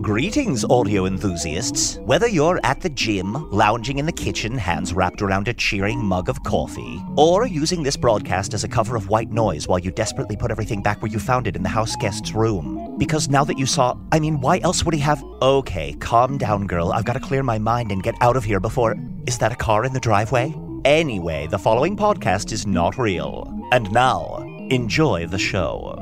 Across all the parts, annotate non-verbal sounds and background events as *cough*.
Greetings, audio enthusiasts. Whether you're at the gym, lounging in the kitchen, hands wrapped around a cheering mug of coffee, or using this broadcast as a cover of white noise while you desperately put everything back where you found it in the house guest's room. Because now that you saw, I mean, why else would he have? Okay, calm down, girl. I've got to clear my mind and get out of here before. Is that a car in the driveway? Anyway, the following podcast is not real. And now, enjoy the show.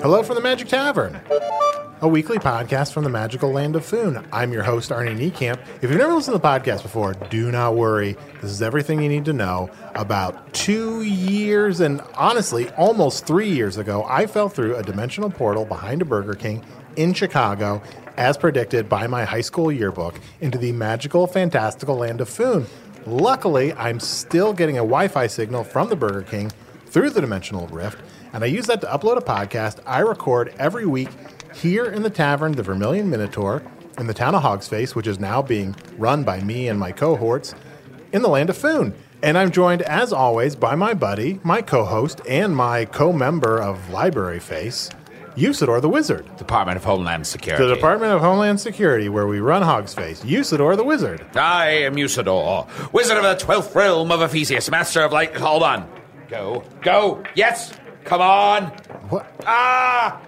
Hello from the Magic Tavern, a weekly podcast from the magical land of Foon. I'm your host, Arnie Niekamp. If you've never listened to the podcast before, do not worry. This is everything you need to know about two years and honestly, almost three years ago, I fell through a dimensional portal behind a Burger King in Chicago, as predicted by my high school yearbook, into the magical, fantastical land of Foon. Luckily, I'm still getting a Wi Fi signal from the Burger King through the dimensional rift, and I use that to upload a podcast I record every week here in the tavern, the Vermilion Minotaur, in the town of Hogsface, which is now being run by me and my cohorts in the land of Foon. And I'm joined, as always, by my buddy, my co host, and my co member of Library Face, Usador the Wizard, Department of Homeland Security. the Department of Homeland Security, where we run Hogsface. Usador the Wizard. I am Usador, wizard of the twelfth realm of Ephesius, master of light. Hold on. Go. Go. Yes. Come on. What? Ah.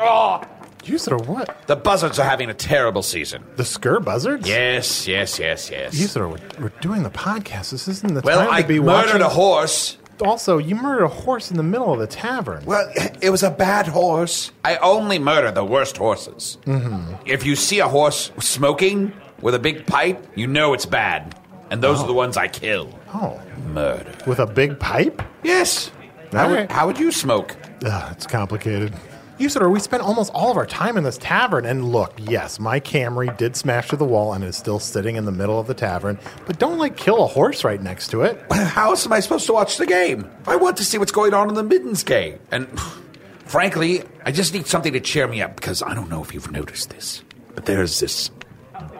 Oh. Usador, what? The buzzards are having a terrible season. The Skur Buzzards? Yes, yes, yes, yes. Usador, we're, we're doing the podcast. This isn't the well, time I to be murdered watching. a horse. Also, you murdered a horse in the middle of the tavern. Well, it was a bad horse. I only murder the worst horses. Mm-hmm. If you see a horse smoking with a big pipe, you know it's bad. And those are the ones I kill. Oh, Murder. with a big pipe? Yes. How, All would, right. how would you smoke? *laughs* Ugh, it's complicated. Usador, we spent almost all of our time in this tavern, and look, yes, my Camry did smash through the wall and is still sitting in the middle of the tavern, but don't, like, kill a horse right next to it. How else am I supposed to watch the game? I want to see what's going on in the Middens game. And *sighs* frankly, I just need something to cheer me up because I don't know if you've noticed this, but there's this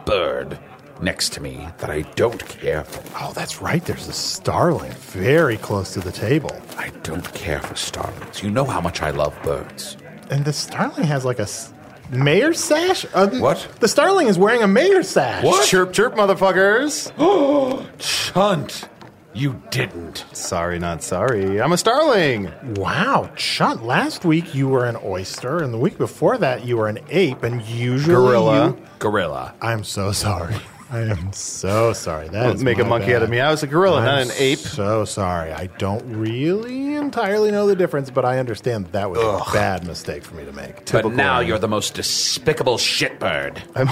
bird next to me that I don't care for. Oh, that's right, there's a starling very close to the table. I don't care for starlings. You know how much I love birds. And the starling has, like, a s- mayor's sash? Uh, What? The starling is wearing a mayor's sash. *gasps* What? Chirp, chirp, motherfuckers. Oh, Chunt, you didn't. Sorry, not sorry. I'm a starling. Wow, Chunt, last week you were an oyster, and the week before that you were an ape, and usually. Gorilla. you- Gorilla. I'm so sorry. *laughs* I am so sorry. That Don't is make a my monkey bad. out of me. I was a gorilla, I'm not an ape. So sorry. I don't really entirely know the difference, but I understand that, that was a bad mistake for me to make. But now you're the most despicable shitbird. I'm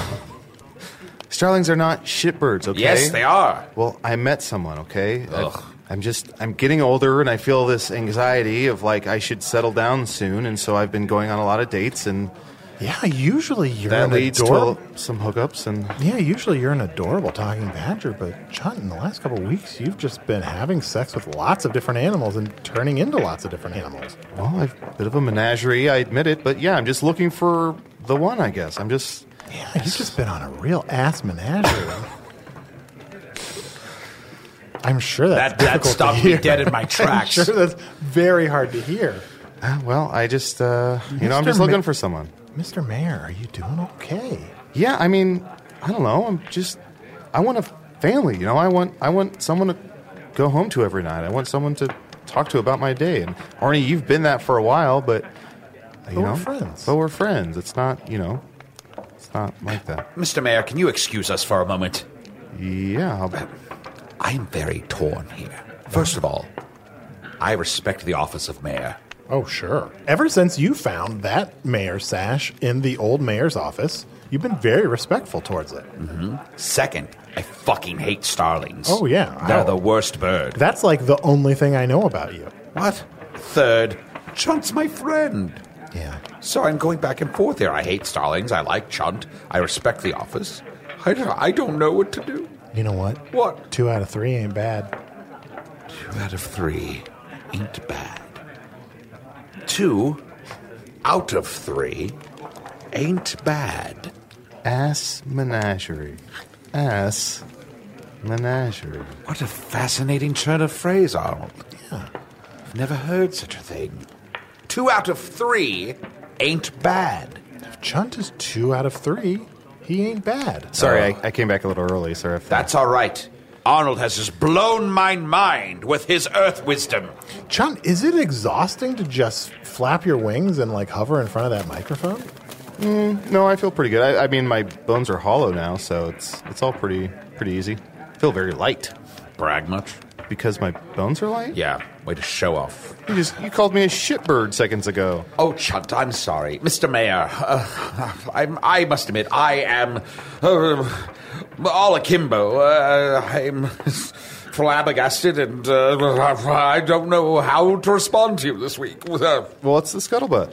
Starlings are not shitbirds, okay? Yes, they are. Well, I met someone, okay? I- Ugh. I'm just I'm getting older and I feel this anxiety of like I should settle down soon and so I've been going on a lot of dates and Yeah, usually you're that an leads adorable. to some hookups and Yeah, usually you're an adorable talking badger, but John, in the last couple of weeks, you've just been having sex with lots of different animals and turning into lots of different animals. well, I've a bit of a menagerie, I admit it, but yeah, I'm just looking for the one, I guess. I'm just Yeah, you've just been on a real ass menagerie. I'm sure that's That that difficult to stopped me hear. dead in my I'm tracks. sure that's very hard to hear. ah, well, I just uh, you know, I'm Mr. just Ma- looking for someone. Mr. Mayor, are you doing okay? Yeah, I mean, I don't know. I'm just I want a family, you know. I want I want someone to go home to every night. I want someone to talk to about my day. And Arnie, you've been that for a while, but you we're know, friends. But we're friends. It's not, you know, it's not like that. Mr. Mayor, can you excuse us for a moment? Yeah, I'll- I am very torn here. First of all, I respect the office of mayor. Oh, sure. Ever since you found that mayor sash in the old mayor's office, you've been very respectful towards it. Second, I fucking hate starlings. Oh, yeah. They're Ow. the worst bird. That's like the only thing I know about you. What? Third, Chunt's my friend. Yeah. So I'm going back and forth here. I hate starlings. I like Chunt. I respect the office. I don't, I don't know what to do. You know what? What? Two out of three ain't bad. Two out of three ain't bad. Two out of three ain't bad. ass menagerie, ass menagerie. What a fascinating turn of phrase, Arnold. Yeah. I've never heard such a thing. Two out of three ain't bad. If Chunt is Oh. two out of three, he ain't bad. Sorry, I, I came back a little early. Sorry. If That's all right. Arnold has just blown my mind with his earth wisdom. Chunt, is it exhausting to just flap your wings and like hover in front of that microphone? Mm, no, I feel pretty good. I, I mean, my bones are hollow now, so it's it's all pretty pretty easy. feel very light Brag much? because my bones are light. Yeah, way to show off. You just you called me a shitbird seconds ago. Oh, Chunt, I'm sorry. Mr. Mayor, uh, I'm, I must admit, I am uh, all akimbo. Uh, I'm flabbergasted and uh, I don't know how to respond to you this week. Uh, Well, it's the scuttlebutt.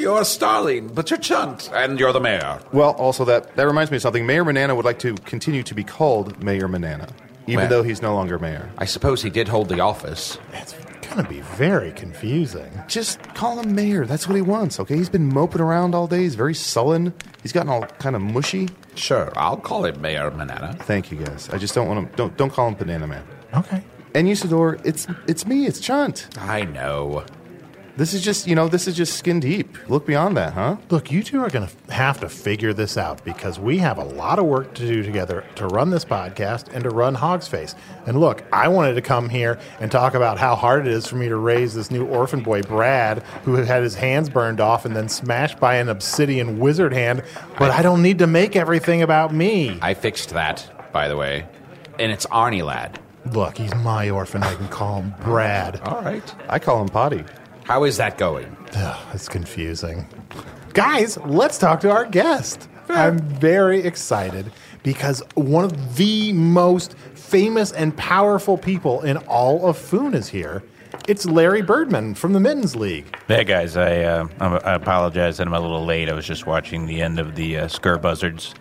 you're a starling, but you're Chunt, and you're the mayor. Well, also that that reminds me of something. Mayor Manana would like to continue to be called Mayor Manana, even Well. though he's no longer mayor. I suppose he did hold the office. That's gonna be very confusing. Just call him mayor. That's what he wants. Okay, he's been moping around all day. He's very sullen. He's gotten all kind of mushy. Sure, I'll call him Mayor Manana. Thank you guys. I just don't want to. Don't don't call him Banana Man. Okay. And Usador, it's it's me. It's Chunt. I know. This is just you know this is just skin deep. Look beyond that, huh? Look, you two are going to have to figure this out because we have a lot of work to do together to run this podcast and to run Hog's Face. And look, I wanted to come here and talk about how hard it is for me to raise this new orphan boy, Brad, who had his hands burned off and then smashed by an obsidian wizard hand. But I, don't need to make everything about me. I fixed that, by the way. And it's Arnie Lad. look, he's my orphan. I can call him Brad. All right. I call him Potty. How is that going? Ugh, it's confusing. Guys, let's talk to our guest. I'm very excited because one of the most famous and powerful people in all of Foon is here. It's Larry Birdman from the Mittens League. Hey guys, I, uh, I'm- I apologize that I'm a little late. I was just watching the end of the uh, Scur Buzzards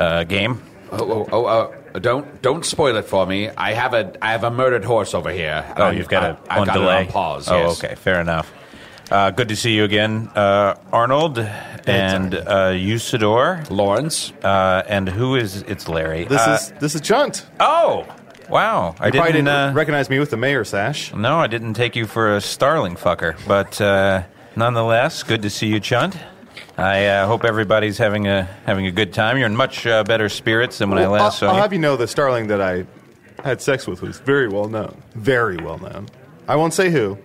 uh, game. Oh, oh, oh uh, don't don't spoil it for me. I have a I have a murdered horse over here. Oh, you've got it I- I've on got delay. It on pause. Oh, yes. okay, fair enough. Uh, good to see you again, uh, Arnold and uh, Usador, Lawrence, uh, and who is? It's Larry. This Uh, is this is Chunt. oh wow! I You probably didn't. didn't Uh, recognize me with the mayor sash. no, I didn't take you for a starling fucker, but uh, nonetheless, good to see you, Chunt. I uh, hope everybody's having a having a good time. You're in much uh, better spirits than when I Well, last I'll, saw I'll you. have you know the starling that I had sex with was very well known. Very well known. I won't say who.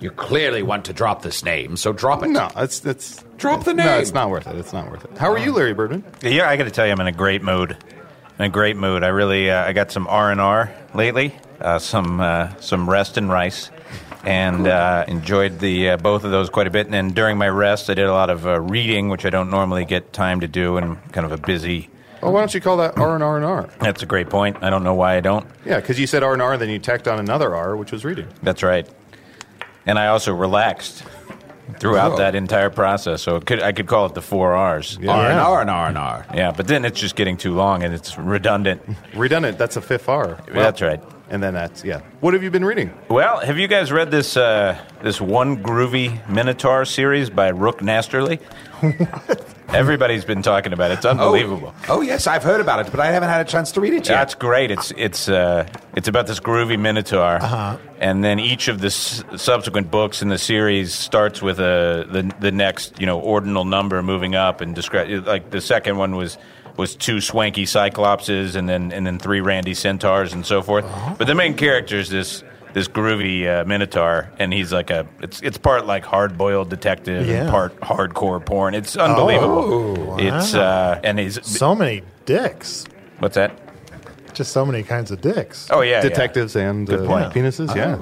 you clearly want to drop this name, so drop it. No, it's it's Drop the No, name. it's not worth it. It's not worth it. How are Uh. you, Larry Birdman? Yeah, I got to tell you, I'm in a great mood. In a great mood. I really, uh, I got some R and R lately, uh, some uh, some rest and rice, and uh, enjoyed the uh, both of those quite a bit. And then during my rest, I did a lot of uh, reading, which I don't normally get time to do, and kind of a busy Well, why don't you call that R and R and R? That's a great point. I don't know why I don't. Yeah, because you said R and R, then you tacked on another R, which was reading. That's right. And I also relaxed throughout Oh. that entire process, so it could, I could call it the four R's. Yeah. R and R and R and R. but then it's just getting too long and it's *laughs* redundant. Redundant. That's a fifth R. That's right. And then that's yeah. What have you been reading? Well, have you guys read this uh, this one groovy Minotaur series by Rook Nasterly? *laughs* Everybody's been talking about it. It's unbelievable. Oh, yes, I've heard about it, but I haven't had a chance to read it yet. That's great. It's it's uh, it's about this groovy minotaur, and then each of the s- subsequent books in the series starts with a the the next you know ordinal number moving up and describe like the second one was was two swanky cyclopses and then and then three randy centaurs and so forth. But the main character is this this groovy uh, minotaur, and he's like a it's it's part like hard boiled detective Yeah. and part hardcore porn. It's unbelievable. It's uh, and he's So many dicks. what's that? Just so many kinds of dicks. Oh yeah, Oh. yeah. Detectives and uh, point. penises. Yeah.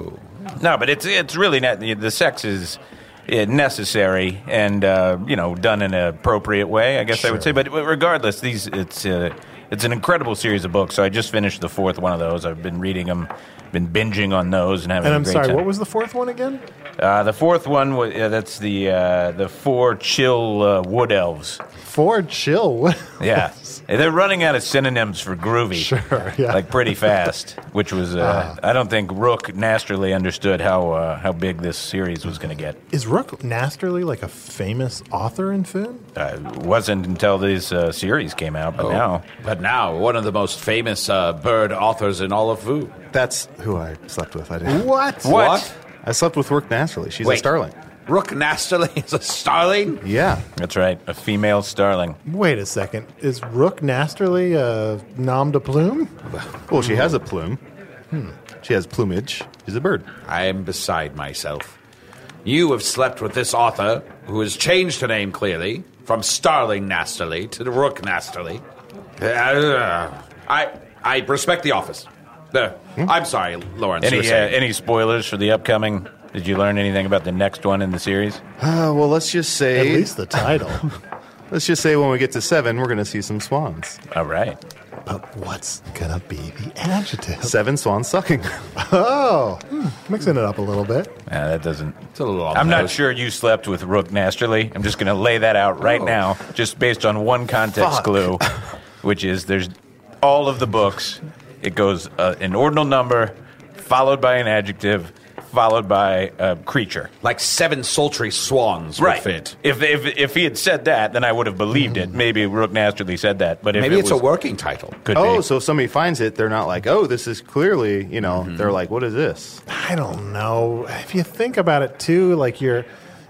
No, but it's it's really not the sex is eh, necessary and uh, you know done in an appropriate way. I guess I would say. But regardless, these it's uh, it's an incredible series of books. So I just finished the fourth one of those. I've been reading them, been binging on those, and having. and a I'm great sorry, time. what was the fourth one again? uh, the fourth one? Was, yeah, that's the uh, the four chill uh, wood elves. Four chill. *laughs* Yeah, Eh, they're running out of synonyms for groovy, Sure, yeah. Uh-huh. like pretty fast. Which was, uh, I don't think Rook Nasterly understood how uh, how big this series was going to get. Is Rook Nasterly like a famous author in Foon? Uh, it wasn't until this uh, series came out, Oh. but now But now, one of the most famous uh, bird authors in all of Vu. That's who I slept with. I did. What? What? I slept with Rook Nasterly. She's a Wait. starling. Rook Nasterly is a starling? Yeah. that's right, a female starling. Wait a second. Is Rook Nasterly a nom de plume? Well, she has a plume. Hmm. She has plumage. She's a bird. I am beside myself. You have slept with this author, who has changed her name clearly, from Starling Nastily to the Rook Nastily. Uh, I, I respect the office. Uh, I'm sorry, Lawrence. you were Hmm? Any uh, saying. any spoilers for the upcoming? Did you learn anything about the next one in the series? Uh, well, let's just At say, least the *laughs* title. let's just say when we get to seven, we're going to see some swans. All right, but what's gonna be the adjective? Seven swans *laughs* sucking. Oh, hmm, mixing it up a little bit. uh, that doesn't. It's a little off I'm the not nose. sure you slept with Rook Nasterly. I'm just going to lay that out right Oh. now, just based on one context Fuck. *laughs* clue, which is there's all of the books. It goes uh, an ordinal number, followed by an adjective, followed by a creature. Like seven sultry swans Right. would fit. If, Mm-hmm. if if he had said that, then I would have believed it. Maybe Rook Nasterly said that, but if Maybe it it's was, a working title. Could oh, be. so if somebody finds it, they're not like, oh, this is clearly, you know, they're like, what is this? I don't know. If you think about it too, like you're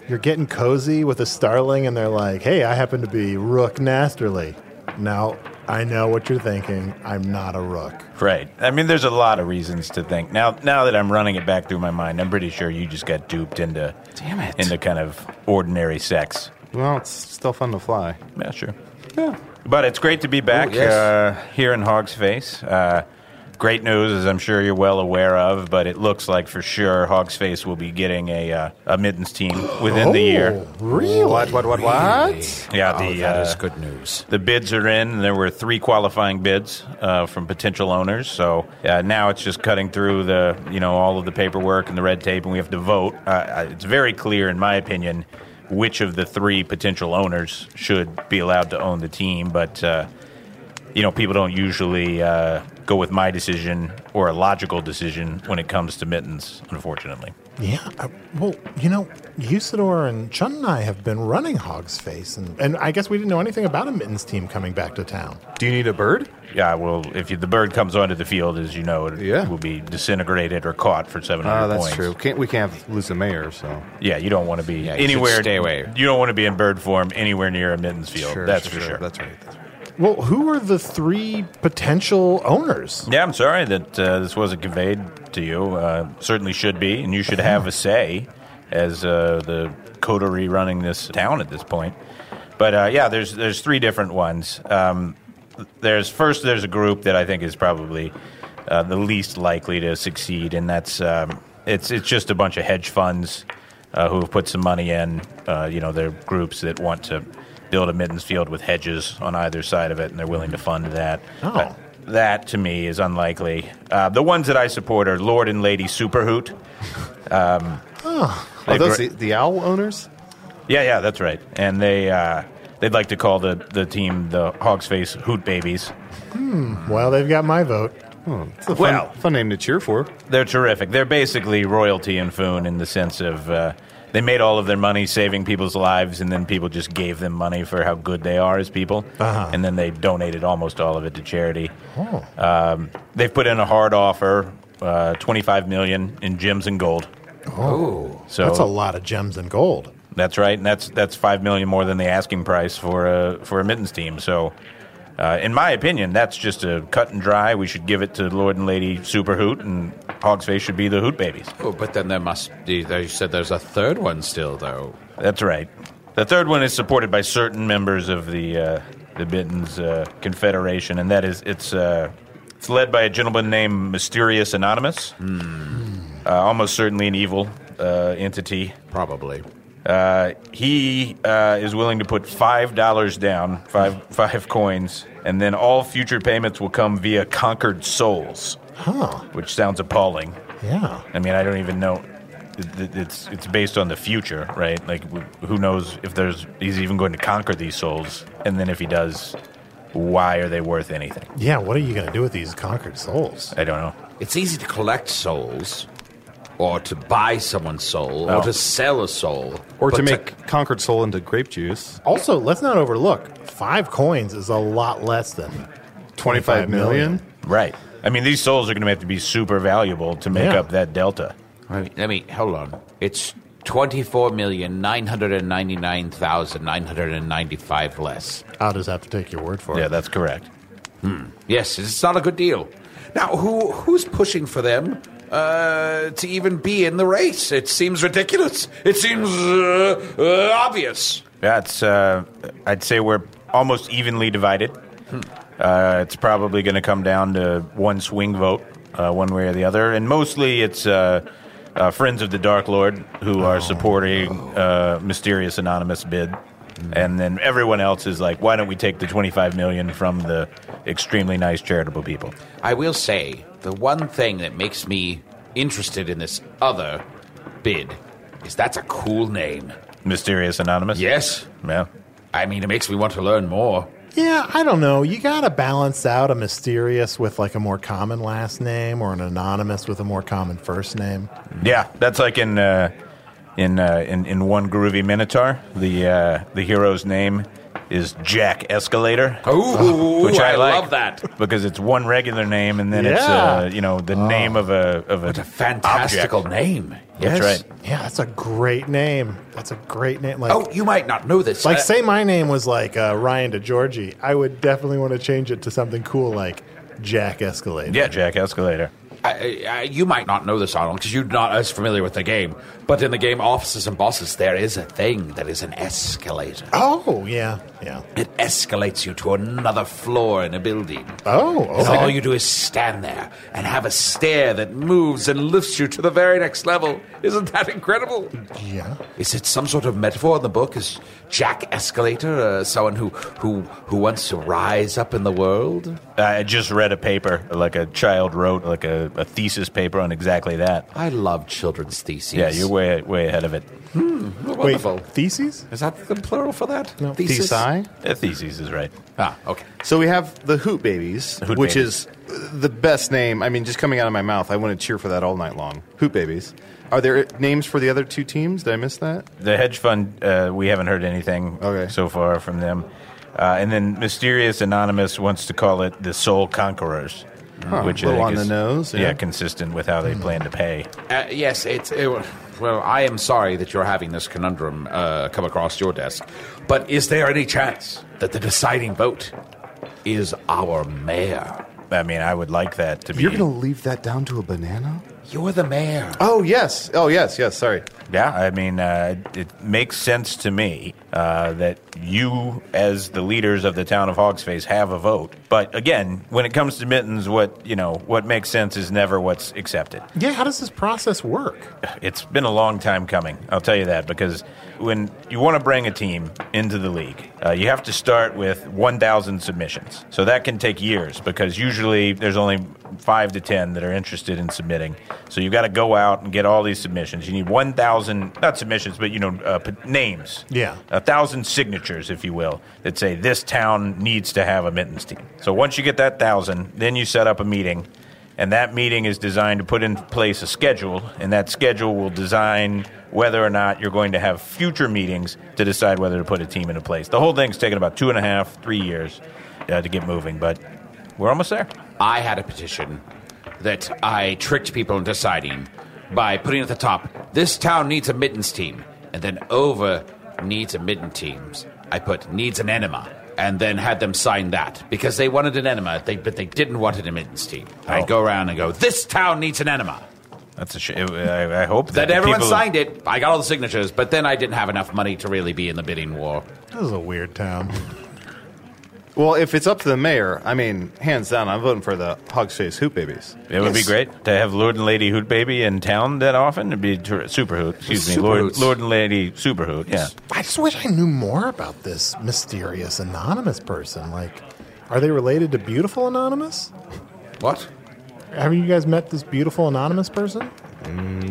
you're getting cozy with a starling, and they're like, "Hey, I happen to be Rook Nasterly." Now I know what you're thinking. I'm not a rook. right. I mean, there's a lot of reasons to think. Now, now that I'm running it back through my mind, I'm pretty sure you just got duped into Damn it. into kind of ordinary sex. Well, it's still fun to fly. Yeah, sure. But it's great to be back Ooh, yes. uh, here in Hog's Face. Uh, great news, as I'm sure you're well aware of, but it looks like for sure Hog's Face will be getting a, uh, a mittens team within the year. really? What, what, what, what? Yeah, Oh, the, that uh, is good news. The bids are in, and there were three qualifying bids uh, from potential owners. So uh, now it's just cutting through the, you know, all of the paperwork and the red tape, and we have to vote. Uh, Uh, it's very clear, in my opinion, which of the three potential owners should be allowed to own the team. But uh, you know, people don't usually uh, go with my decision or a logical decision when it comes to mittens, unfortunately. Yeah. I, well, you know, Usador and Chun and I have been running Hog's Face, and, and I guess we didn't know anything about a mittens team coming back to town. Do you need a bird? Yeah, well, if you, the bird comes onto the field, as you know, it Yeah. will be disintegrated or caught for 700 Oh, that's points. true. Can't, we can't lose the mayor, so. Yeah, you don't want to be you should anywhere. stay away. You don't want to be in bird form anywhere near a mittens field. that's for sure. That's right. That's right. Well, who are the three potential owners? yeah, I'm sorry that uh, this wasn't conveyed to you. Uh, certainly should be, and you should have a say as uh, the coterie running this town at this point. But uh, yeah, there's there's three different ones. Um, there's first there's a group that I think is probably uh, the least likely to succeed, and that's um, it's it's just a bunch of hedge funds uh, who have put some money in. Uh, you know, they're groups that want to build a mittens field with hedges on either side of it, and they're willing to fund that. Oh. But that to me is unlikely. Uh, the ones that I support are Lord and Lady Superhoot. Are They've those re- the, the owl owners? Yeah, yeah, that's right. And they uh, they'd like to call the, the team the Hogsface Hoot Babies. Well, they've got my vote. Hmm. It's a fun, Well- fun name to cheer for. They're terrific. They're basically royalty and Foon in the sense of uh, they made all of their money saving people's lives, and then people just gave them money for how good they are as people, Uh-huh. and then they donated almost all of it to charity. Oh. Um, they've put in a hard offer, uh, twenty-five million in gems and gold. Oh. So That's a lot of gems and gold. That's right, and that's that's five million more than the asking price for a for a mittens team. So, uh, in my opinion, that's just a cut and dry. We should give it to Lord and Lady Super Hoot, and Hogsface should be the Hoot babies. Oh, but then there must be. They said there's a third one still, though. That's right. The third one is supported by certain members of the uh, the Bittens uh, Confederation, and that is it's uh, it's led by a gentleman named Mysterious Anonymous, uh, almost certainly an evil uh, entity. Probably. Uh, he uh, is willing to put five dollars down, five five coins, and then all future payments will come via conquered souls, Huh. which sounds appalling. Yeah. I mean, I don't even know. It- it- It's it's based on the future, right? Like, w- who knows if there's he's even going to conquer these souls? And then if he does, why are they worth anything? Yeah, what are you going to do with these conquered souls? I don't know. It's easy to collect souls, or to buy someone's soul, Oh. or to sell a soul, Or to But make Conquered Soul into grape juice. Also, let's not overlook, five coins is a lot less than 25 million? Right. I mean, these souls are going to have to be super valuable to make Yeah. up that delta. Let me, let me hold on. It's twenty-four million nine hundred and ninety-nine thousand nine hundred and ninety-five less. I'll just have to take your word for Yeah, it. that's correct. Yes, it's not a good deal. Now, who who's pushing for them uh, to even be in the race? It seems ridiculous. It seems uh, uh, obvious. That's, uh, I'd say we're almost evenly divided. Uh, it's probably going to come down to one swing vote, uh, one way or the other. And mostly it's uh, uh, Friends of the Dark Lord who are supporting uh, Mysterious Anonymous bid. And then everyone else is like, why don't we take the 25 million from the extremely nice charitable people? I will say the one thing that makes me interested in this other bid is that's a cool name. Mysterious Anonymous? Yes, Yeah. I mean it makes me want to learn more. Yeah, I don't know. You got to balance out a mysterious with like a more common last name or an anonymous with a more common first name. Yeah, that's like in uh, in, uh, in in one groovy Minotaur. The uh, the hero's name is Jack Escalator. *laughs* Ooh, which I, like love that. because it's one regular name, and then it's Yeah. uh, you know the name of a of a, What a fantastical object. name. That's Yes. right. Yeah, that's a great name. That's a great name. Like, Oh, you might not know this. like Uh, say my name was like uh, Ryan DeGiorgi. I would definitely want to change it to something cool like Jack Escalade. Yeah, Jack Escalator. I, I, you might not know this, Arnold, because you're not as familiar with the game. But in the game Officers and Bosses, there is a thing that is an escalator. Oh, yeah. Yeah. It escalates you to another floor in a building. Oh, And okay. all you do is stand there and have a stair that moves and lifts you to the very next level. Isn't that incredible? Yeah. Is it some sort of metaphor in the book? Is Jack Escalator uh, someone who, who, who wants to rise up in the world? I just read a paper, like a child wrote, like a, a thesis paper on exactly that. I love children's theses. Yeah, you're way way ahead of it. wonderful. Wait, theses? Is that the plural for that? No. Thesai? The thesis is right. Ah, okay. So we have the Hoot Babies, Hoot which Babies. is the best name. I mean, just coming out of my mouth, I want to cheer for that all night long. Hoot Babies. Are there names for the other two teams? Did I miss that? The hedge fund, uh, we haven't heard anything Okay. so far from them. Uh, and then Mysterious Anonymous wants to call it the Soul Conquerors, which a little I on think the is, nose, yeah. Hmm. consistent with how they plan to pay. Uh, yes, it's. It, well, I am sorry that you're having this conundrum uh, come across your desk, but is there any chance that the deciding vote is our mayor? I mean, I would like that to be. You're going to leave that down to a banana? You're the mayor. Oh yes. Oh yes. Yes. Sorry. Yeah, I mean, uh, it makes sense to me uh, that you, as the leaders of the town of Hogsface, have a vote. But again, when it comes to mittens, what you know, what makes sense is never what's accepted. Yeah, how does this process work? It's been a long time coming. I'll tell you that because when you want to bring a team into the league, uh, you have to start with 1,000 submissions. So that can take years because usually there's only five to 10 that are interested in submitting. So you've got to go out and get all these submissions. You need 1,000, not submissions, but you know, uh, p- names. Uh, Yeah. A thousand signatures, if you will, that say this town needs to have a mittens team. So once you get that thousand, then you set up a meeting and that meeting is designed to put in place a schedule, and that schedule will design whether or not you're going to have future meetings to decide whether to put a team into place. The whole thing's taken about two and a half, three years uh, to get moving, but we're almost there. I had a petition that I tricked people into signing by putting at the top, this town needs a mittens team, and then over needs a mitten teams. I put needs an enema, and then had them sign that because they wanted an enema, they, but they didn't want an mittens team. Oh. I'd go around and go, this town needs an enema. That's a sh- I, I hope that, Then the everyone people- signed it. I got all the signatures, but then I didn't have enough money to really be in the bidding war. This is a weird town. Well, if it's up to the mayor, I mean, hands down, I'm voting for the Hogsface Hoop Babies. It would be Yes. great to have Lord and Lady Hoot Baby in town that often. It'd be ter- super hoot. Excuse me, Super Lord, Hoots. Lord and Lady Super Hoot. Yeah. I just wish I knew more about this mysterious anonymous person. Like, are they related to beautiful anonymous? What? Haven't you guys met this beautiful anonymous person?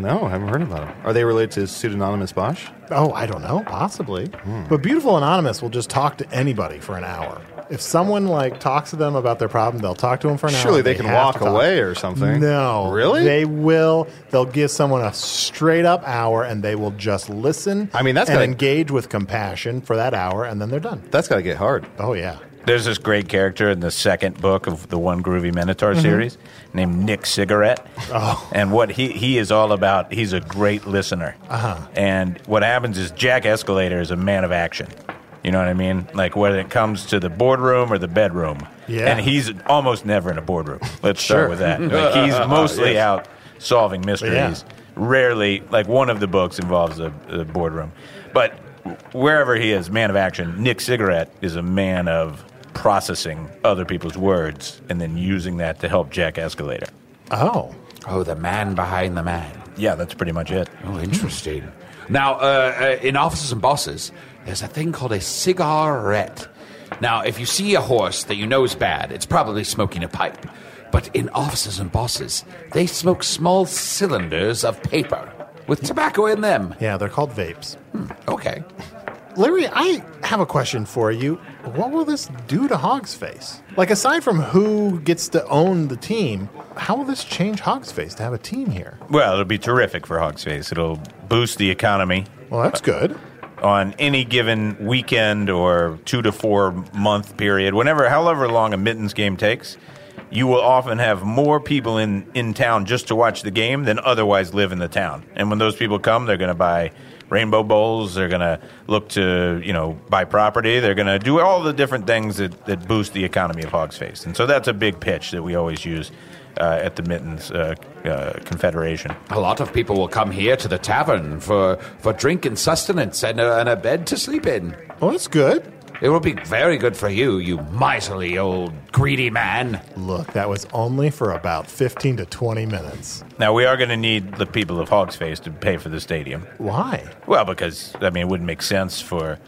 No, I haven't heard about them. Are they related to pseudonymous Bosch? Oh, I don't know, possibly. But beautiful anonymous will just talk to anybody for an hour. If someone like talks to them about their problem, they'll talk to them for an hour. Surely they can have walk to talk. away or something. No, Really? They will. They'll give someone a straight up hour, and they will just listen. I mean, that's and gotta- engage with compassion for that hour, and then they're done. That's got to get hard. Oh yeah, There's this great character in the second book of the One Groovy Minotaur series named Nick Cigarette. Oh. And what he, he is all about, he's a great listener. Uh-huh. And what happens is Jack Escalator is a man of action. You know what I mean? Like when it comes to the boardroom or the bedroom. Yeah. And he's almost never in a boardroom. Let's start with *laughs* that. Like, he's mostly out solving mysteries. Rarely, like one of the books involves a, a boardroom. But wherever he is, man of action, Nick Cigarette is a man of processing other people's words and then using that to help Jack Escalator. oh, Oh, the man behind the man. Yeah, that's pretty much it. Oh, interesting. Now, uh, uh, in offices and bosses, there's a thing called a cigarette. Now, if you see a horse that you know is bad, it's probably smoking a pipe. But in offices and bosses, they smoke small cylinders of paper with tobacco in them. yeah. They're called vapes. Okay. Larry, I have a question for you. What will this do to Hog's Face? Like, aside from who gets to own the team, how will this change Hog's Face to have a team here? Well, it'll be terrific for Hogsface. It'll boost the economy Well, that's good. on any given weekend or two to four month period, whenever, however long a mittens game takes. You will often have more people in, in town just to watch the game than otherwise live in the town. And when those people come, they're going to buy rainbow bowls. They're going to look to you know buy property. They're going to do all the different things that, that boost the economy of Hogs Face. And so that's a big pitch that we always use uh, at the Mittens uh, uh, Confederation. A lot of people will come here to the tavern for, for drink and sustenance and a, and a bed to sleep in. Well, that's good. It will be very good for you, you miserly old greedy man. Look, that was only for about 15 to 20 minutes. Now we are going to need the people of Hogsface to pay for the stadium. Why? Well, because I mean, it wouldn't make sense for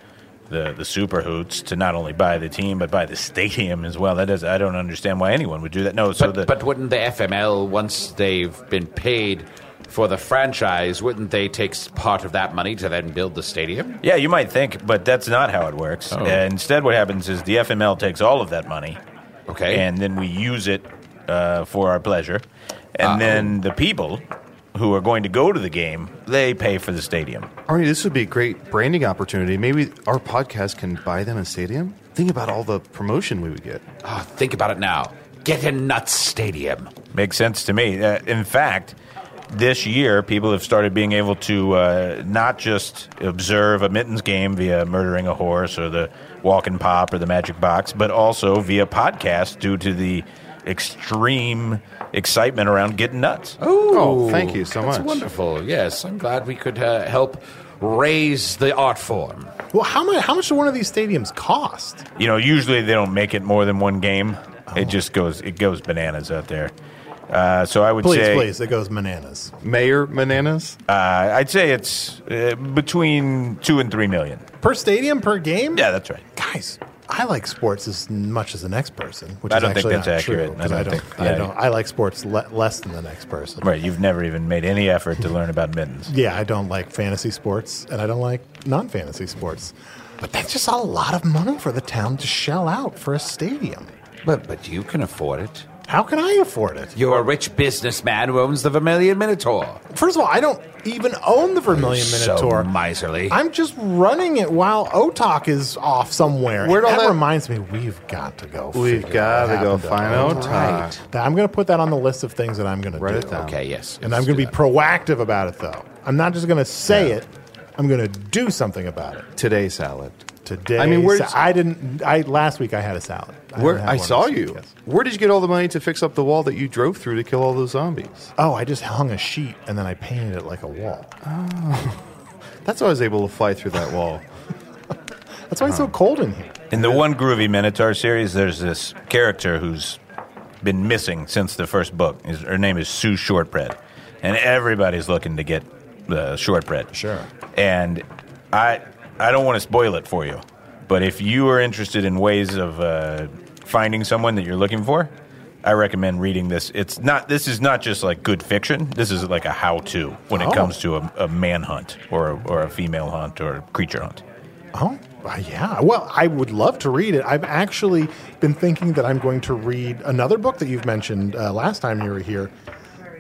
the the Super Hoots to not only buy the team but buy the stadium as well. That does I don't understand why anyone would do that. No, so But, the but wouldn't the FML, once they've been paid for the franchise, wouldn't they take s- part of that money to then build the stadium? yeah, you might think, but that's not how it Oh. works. Uh, instead, what happens is the FML takes all of that money, Okay. and then we use it uh, for our pleasure, and Ah. then the people who are going to go to the game they pay for the stadium. Arnie, this would be a great branding opportunity. Maybe our podcast can buy them a stadium. Think about all the promotion we would get. Ah, think about it now. Get a nuts stadium. Makes sense to me. Uh, in fact, this year, people have started being able to uh, not just observe a mittens game via murdering a horse or the walk and pop or the magic box, but also via podcast due to the extreme excitement around getting nuts. Oh, thank you so that's much. wonderful. Yes, I'm glad we could uh, help raise the art form. Well, how much? How much do one of these stadiums cost? You know, usually they don't make it more than one game. Oh. It just goes it goes bananas out there. Uh, so I would Please, say please. It goes bananas. Mayor Bananas. Uh, I'd say it's uh, between two and three million. Per stadium, per game. Yeah, that's right. guys, I like sports as much as the next person, which I is don't think actually that's not accurate. true. I 'cause I don't don't. think- I, yeah. don't I like sports le- less than the next person. Right, you've never even made any effort to learn about mittens. Yeah, I don't like fantasy sports, and I don't like non-fantasy sports. But that's just a lot of money for the town to shell out for a stadium. But but you can afford it. How can I afford it? You're a rich businessman who owns the Vermilion Minotaur. First of all, I don't even own the Vermilion Minotaur. So miserly. I'm just running it while Otak is off somewhere. Where'd all that, that- reminds me, we've got to go. We've figure gotta what go happened to find Otak. Otak. That- I'm going to put that on the list of things that I'm going to Write do. it down. okay, yes. And yes, I'm going do to be that. proactive about it, though. I'm not just going to say it. I'm going to do something about it Today salad. today. I mean, where's- sa- I didn't. I last week I had a salad. Where haven't had I one saw this week, you. yes. Where did you get all the money to fix up the wall that you drove through to kill all those zombies? Oh, I just hung a sheet and then I painted it like a wall. That's how I was able to fly through that wall. That's why it's Uh-huh. so cold in here. In the one groovy Minotaur series, there's this character who's been missing since the first book. His, her name is Sue Shortbread, and everybody's looking to get the shortbread. Sure. And I I don't want to spoil it for you, but if you are interested in ways of uh, finding someone that you're looking for, I recommend reading this. It's not this is not just like good fiction. This is like a how-to when Oh. it comes to a, a man hunt or a, or a female hunt or a creature hunt. Oh, uh, yeah. Well, I would love to read it. I've actually been thinking that I'm going to read another book that you've mentioned uh, last time you were here,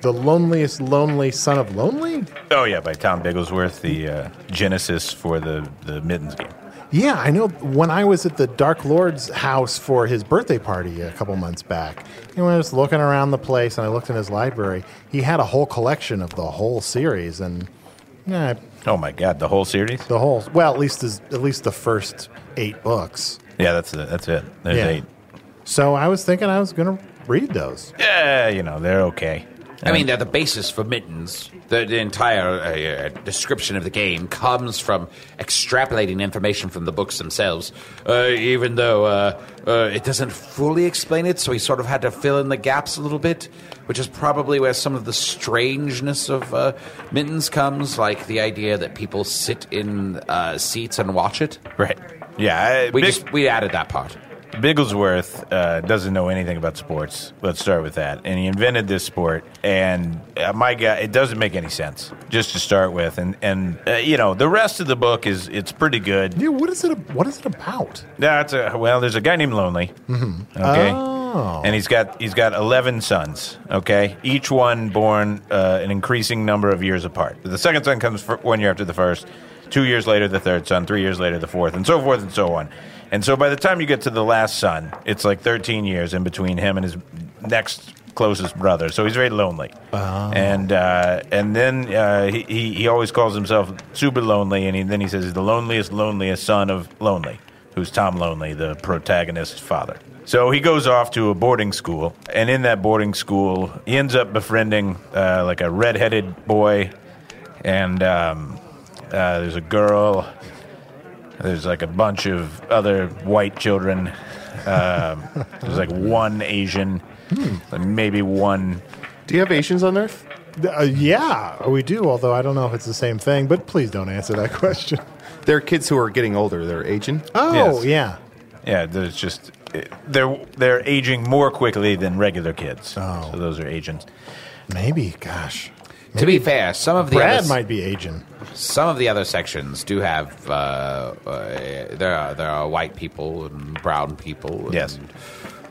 "The Loneliest Lonely Son of Lonely." Oh yeah, by Tom Bigglesworth, the uh, genesis for the the mittens game. Yeah, I know. When I was at the Dark Lord's house for his birthday party a couple months back, and when I was looking around the place and I looked in his library, he had a whole collection of the whole series and yeah, Oh my god, the whole series? the whole well, at least his, at least the first eight books. Yeah, that's it. That's it. There's Yeah. eight. So I was thinking I was going to read those. Yeah, you know they're okay. I mean, they're the basis for mittens. The, the entire uh, uh, description of the game comes from extrapolating information from the books themselves, uh, even though uh, uh, it doesn't fully explain it, so he sort of had to fill in the gaps a little bit, which is probably where some of the strangeness of uh, mittens comes, like the idea that people sit in uh, seats and watch it. right? Yeah, I, We Big- just we added that part. Bigglesworth uh, doesn't know anything about sports. Let's start with that. And he invented this sport, and uh, my God, it doesn't make any sense just to start with. And and uh, you know the rest of the book is it's pretty good. Yeah, what is it? What is it about? That's a well. There's a guy named Lonely. Mm-hmm. Okay. And he's got he's got eleven sons. Okay, each one born uh, an increasing number of years apart. The second son comes fir- one year after the first. Two years later, the third son. Three years later, the fourth, and so forth and so on. And so by the time you get to the last son, it's like thirteen years in between him and his next closest brother. So he's very lonely. And uh, and then uh, he, he he always calls himself super lonely, and he, then he says he's the loneliest, loneliest son of lonely who's Tom Lonely, the protagonist's father. So he goes off to a boarding school, and in that boarding school, he ends up befriending uh, like a redheaded boy, and um, uh, there's a girl. There's like a bunch of other white children. Um, *laughs* there's like one Asian, and maybe one. Do you have Asians on Earth? Uh, yeah, we do. Although I don't know if it's the same thing. But please don't answer that *laughs* question. They're kids who are getting older. They're Asian. Oh Yes. yeah. Yeah, there's just eh, they're they're aging more quickly than regular kids. Oh. So those are Asians. Maybe, gosh. To be fair, some of the Brad others- might be aging. Some of the other sections do have uh, uh, there are there are white people and brown people, and, Yes.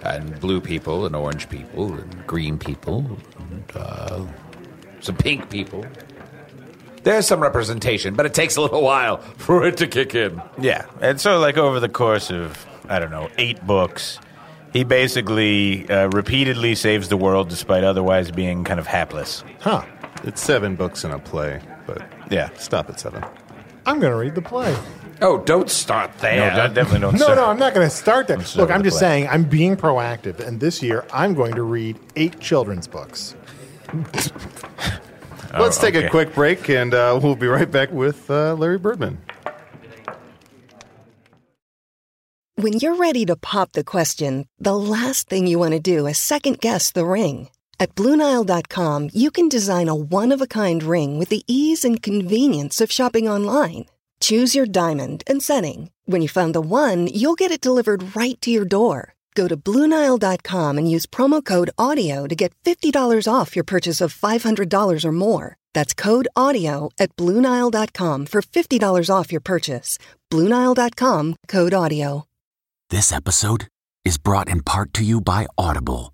and blue people and orange people and green people and uh, some pink people. There's some representation, but it takes a little while for it to kick in. Yeah, and so like over the course of I don't know eight books, he basically uh, repeatedly saves the world despite otherwise being kind of hapless. Huh. It's seven books in a play, but Yeah. stop at seven. I'm going to read the play. Oh, don't start there. No, I definitely don't. *laughs* No, sir. no, I'm not going to start that. sorry Look, I'm to just play. saying I'm being proactive, and this year I'm going to read eight children's books. Let's take okay. a quick break, and uh, we'll be right back with uh, Larry Birdman. When you're ready to pop the question, the last thing you want to do is second guess the ring. At Bluenile.com, you can design a one of a kind ring with the ease and convenience of shopping online. Choose your diamond and setting. When you find the one, you'll get it delivered right to your door. Go to Bluenile.com and use promo code AUDIO to get $50 off your purchase of $500 or more. That's code AUDIO at Bluenile.com for $50 off your purchase. Bluenile.com code AUDIO. This episode is brought in part to you by Audible,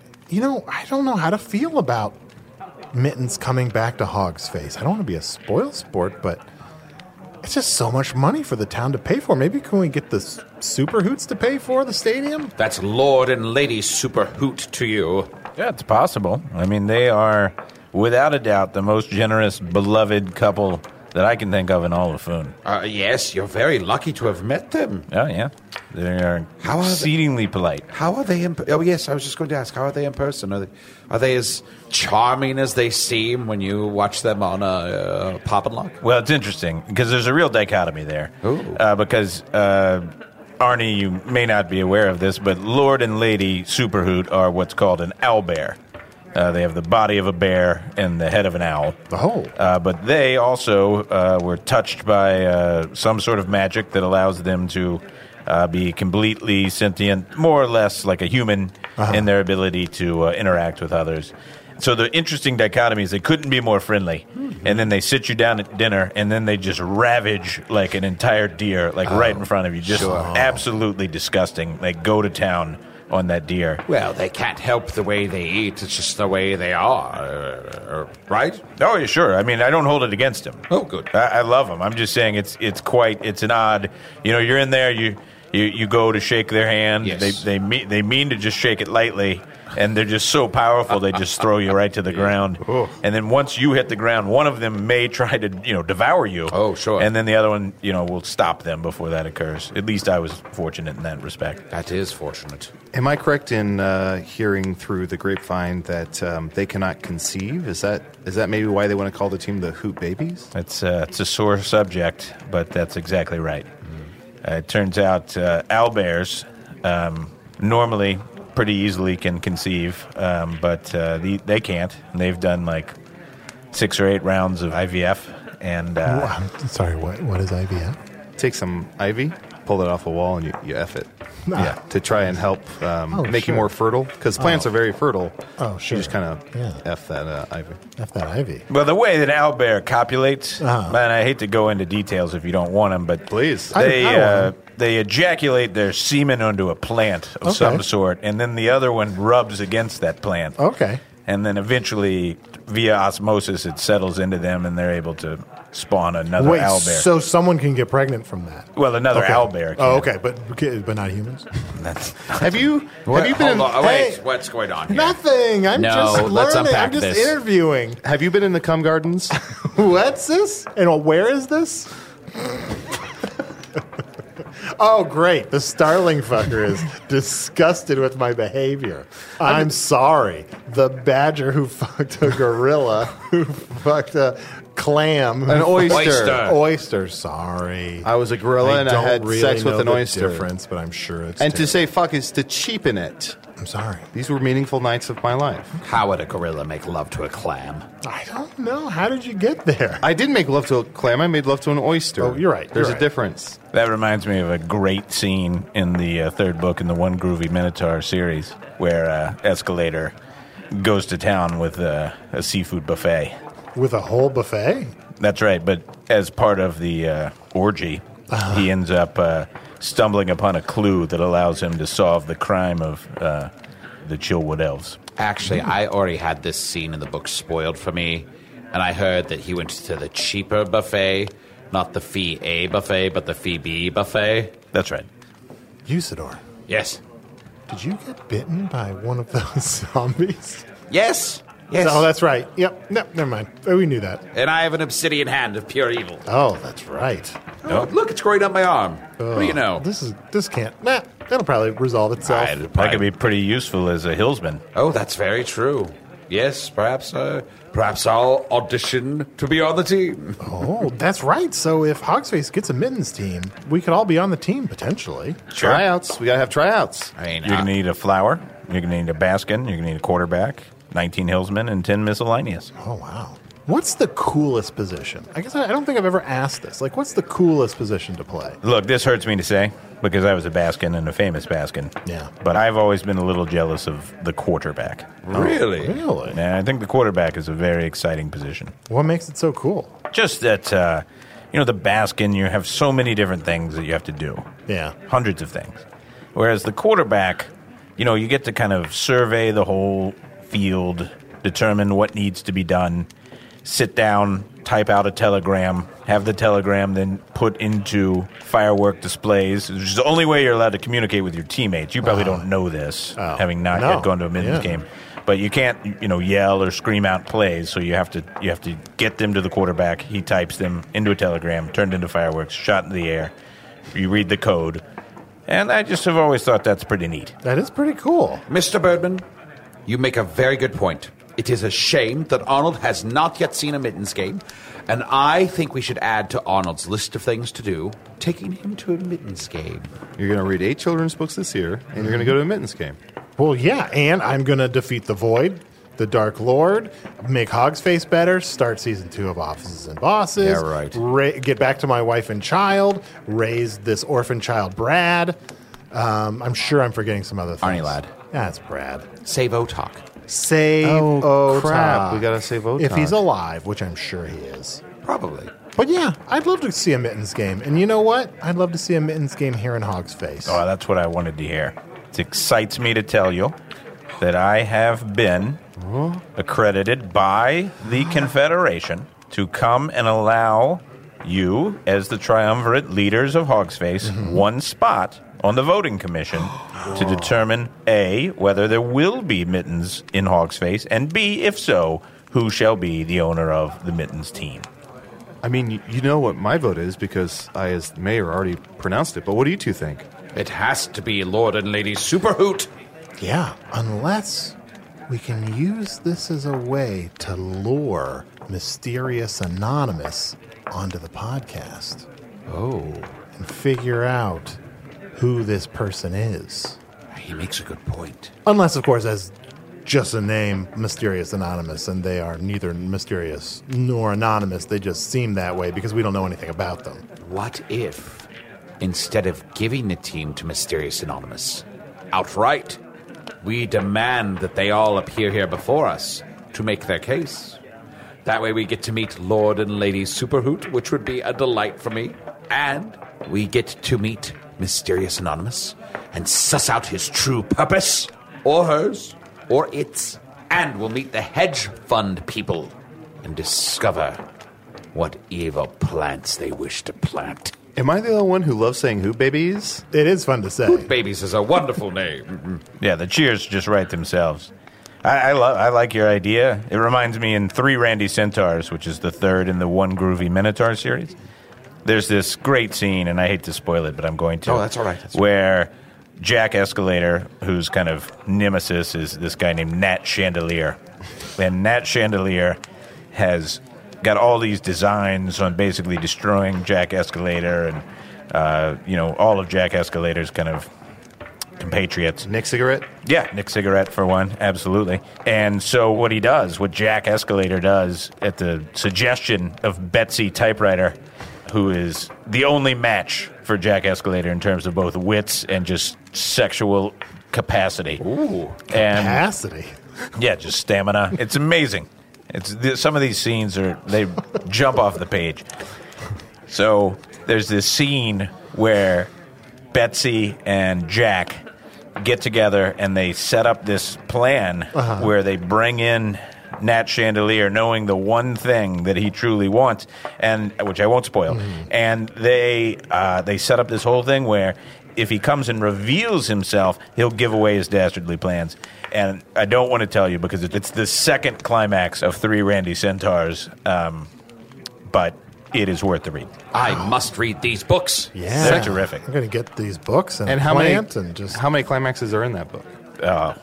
you know, I don't know how to feel about Mittens coming back to Hog's Face. I don't want to be a spoil sport, but it's just so much money for the town to pay for. Maybe can we get the S- Super Hoots to pay for the stadium? That's Lord and Lady Super Hoot to you. Yeah, it's possible. I mean, they are without a doubt the most generous, beloved couple that I can think of in all of Foon. Uh, yes, you're very lucky to have met them. Oh yeah, they are How are they- exceedingly polite. How are they in? per- Oh, yes, I was just going to ask. How are they in person? Are they, are they as charming as they seem when you watch them on a uh, pop and lock? Well, it's interesting because there's a real dichotomy there. Ooh. Uh, because uh, Arnie, you may not be aware of this, but Lord and Lady Superhoot are what's called an owl bear. Uh, they have the body of a bear and the head of an owl. Oh, Uh, but they also uh, were touched by uh, some sort of magic that allows them to uh, be completely sentient, more or less like a human, in their ability to uh, interact with others. So the interesting dichotomy is they couldn't be more friendly, and then they sit you down at dinner, and then they just ravage like an entire deer, like right in front of you, just absolutely disgusting. They go to town on that deer. Well, they can't help the way they eat. It's just the way they are, uh, right? Oh, yeah, sure. I mean, I don't hold it against him. Oh, good. I, I love him. I'm just saying it's it's quite it's an odd. You know, you're in there. You you, you go to shake their hand. Yes. They they mean they mean to just shake it lightly, and they're just so powerful. They just throw you right to *laughs* the ground. Oh. And then once you hit the ground, one of them may try to you know devour you. Oh, sure. And then the other one you know will stop them before that occurs. At least I was fortunate in that respect. That is fortunate. Am I correct in uh, hearing through the grapevine that um, they cannot conceive? Is that is that maybe why they want to call the team the Hoot Babies? It's uh, it's a sore subject, but that's exactly right. Uh, it turns out uh, owlbears um, normally pretty easily can conceive, um, but uh, the, they can't. And they've done like six or eight rounds of IVF, and uh, I'm sorry. What what is IVF? Take some ivy, pull that off a wall, and you, you F it. Nah. Yeah, to try and help um, Oh, make sure. you more fertile because plants are very fertile. Oh, sure. You just kind of Yeah. F that uh, ivy. F that ivy. well, the way that owlbear copulates, Uh-huh. man, I hate to go into details if you don't want them, but Please. I- they I want uh, 'em. they ejaculate their semen onto a plant of Okay. some sort, and then the other one rubs against that plant. Okay. and then eventually via osmosis it settles into them and they're able to spawn another Wait, owlbear. so someone can get pregnant from that? well, another Okay. owlbear. Oh, okay, but okay, but not humans. That's, Have you have you been Hold in, on, oh, wait, Hey. what's going on here? *laughs* Nothing. I'm No, just learning. let's unpack I'm just this. *laughs* interviewing. have you been in the cum gardens? What's this? And where is this? *laughs* oh, great. The starling fucker is disgusted with my behavior. *laughs* I'm sorry. The badger who fucked a gorilla, who fucked a clam. An oyster. Oyster. Sorry. I was a gorilla and I don't had really sex with know an the oyster. Difference, but I'm sure it's. And to terrible. say fuck is to cheapen it. I'm sorry. These were meaningful nights of my life. How would a gorilla make love to a clam? I don't know. How did you get there? I did make love to a clam. I made love to an oyster. Oh, you're right, There's you're right. a difference. That reminds me of a great scene in the uh, third book in the One Groovy Minotaur series where uh, Escalator goes to town with uh, a seafood buffet. With a whole buffet? That's right, but as part of the uh, orgy, Uh-huh. he ends up uh, stumbling upon a clue that allows him to solve the crime of uh, the Chillwood Elves. Actually, I already had this scene in the book spoiled for me, and I heard that he went to the cheaper buffet, not the fee A buffet, but the fee B buffet. That's right. Usador, Yes. did you get bitten by one of those *laughs* zombies? Yes. Yes. Oh, that's right. Yep. No, never mind. Oh, We knew that. and I have an obsidian hand of pure evil. Oh, that's right. Oh, look, it's growing up my arm. what do you know? Oh. This is this can't. Nah, that'll probably resolve itself. I- That could be pretty useful as a hillsman. Oh, that's very true. Yes, perhaps, uh, perhaps I'll audition to be on the team. oh, that's right. So if Hogsface gets a mittens team, we could all be on the team potentially. Tryouts. We gotta have tryouts. I mean, You're uh, going to need a flower, you're going to need a baskin, you're going to need a quarterback, 19 hillsmen, and 10 miscellaneous. Oh wow. What's the coolest position? I guess I, I don't think I've ever asked this. Like, what's the coolest position to play? Look, this hurts me to say because I was a Baskin and a famous Baskin. Yeah. But I've always been a little jealous of the quarterback. really? Really? And I think the quarterback is a very exciting position. What makes it so cool? Just that, uh, you know, the Baskin, you have so many different things that you have to do. Yeah. Hundreds of things. Whereas the quarterback, you know, you get to kind of survey the whole field, determine what needs to be done, sit down, type out a telegram, have the telegram then put into firework displays, which is the only way you're allowed to communicate with your teammates. You probably don't know this, having not Oh, No. yet gone to a mittens Yeah. game. But you can't, you know, yell or scream out plays. So you have to, you have to get them to the quarterback. He types them into a telegram, turned into fireworks, shot in the air. You read the code, and I just have always thought that's pretty neat. That is pretty cool. Mr. Birdman, you make a very good point. It is a shame that Arnold has not yet seen a mittens game, and I think we should add to Arnold's list of things to do taking him to a mittens game. You're gonna read eight children's books this year, and you're gonna go to a mittens game. Well, yeah, and I'm gonna defeat the Void, the Dark Lord, make Hogsface better, start season two of Offices and Bosses. Yeah, right. Ra- get back to my wife and child, raise this orphan child, Brad. Um, I'm sure I'm forgetting some other things. Arnie, lad. That's Brad. Save Otok. Save Oh, Otak. crap, we gotta save If he's Otak. alive, which I'm sure he is. Probably. But yeah, I'd love to see a Mittens game. And you know what? I'd love to see a Mittens game here in Hogsface. Oh, that's what I wanted to hear. It excites me to tell you that I have been accredited by the Confederation to come and allow you, as the triumvirate leaders of Hogsface, one spot on the voting commission to determine A, whether there will be mittens in Hogsface, and B, if so, who shall be the owner of the mittens team. I mean, y- you know what my vote is because I, as mayor, already pronounced it. But what do you two think? It has to be Lord and Lady Superhoot. Yeah, unless we can use this as a way to lure Mysterious Anonymous onto the podcast. Oh. And figure out who this person is. He makes a good point. Unless, of course, as just a name, Mysterious Anonymous, and they are neither mysterious nor anonymous. They just seem that way because we don't know anything about them. What if, instead of giving the team to Mysterious Anonymous, outright, we demand that they all appear here before us to make their case? That way we get to meet Lord and Lady Superhoot, which would be a delight for me. And we get to meet Mysterious Anonymous and suss out his true purpose, or hers, or its. And we'll meet the hedge fund people and discover what evil plants they wish to plant. Am I the only one who loves saying "who babies"? It is fun to say. Babies is a wonderful name. Yeah, the cheers just write themselves. I, I love. I like your idea. It reminds me in Three Randy Centaurs, which is the third in the One Groovy Minotaur series. There's this great scene, and I hate to spoil it, but I'm going to. Oh, that's all right, that's all where Jack Escalator, who's kind of nemesis, is this guy named Nat Chandelier, and Nat Chandelier has got all these designs on basically destroying Jack Escalator and uh, you know all of Jack Escalator's kind of compatriots. Nick Cigarette? Yeah, Nick Cigarette for one, absolutely. And so what he does, what Jack Escalator does at the suggestion of Betsy Typewriter, who is the only match for Jack Escalator in terms of both wits and just sexual capacity. Ooh. And Capacity. yeah, just stamina. It's amazing. It's th- some of these scenes are they jump off the page. So there's this scene where Betsy and Jack get together and they set up this plan where they bring in Nat Chandelier, knowing the one thing that he truly wants, and which I won't spoil. And they uh, they set up this whole thing where if he comes and reveals himself, he'll give away his dastardly plans. And I don't want to tell you because it- it's the second climax of Three Randy Centaurs, um, but it is worth the read. I must read these books. Yeah. They're terrific. I'm going to get these books and, And how many plant and just how many climaxes are in that book? Uh,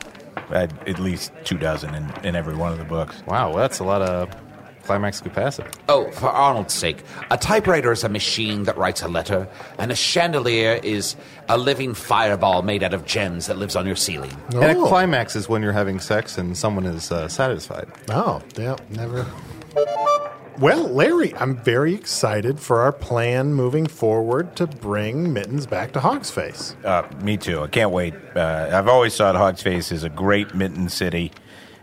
at at least two dozen in, in every one of the books. Wow, well, that's a lot of climax capacity. Oh, for Arnold's sake. A typewriter is a machine that writes a letter, and a chandelier is a living fireball made out of gems that lives on your ceiling. And a Oh. climax is when you're having sex and someone is uh, satisfied. Oh, yeah, never. Well, Larry, I'm very excited for our plan moving forward to bring Mittens back to Hogsface. Uh, me too. I can't wait. Uh, I've always thought Hog's Face is a great Mitten city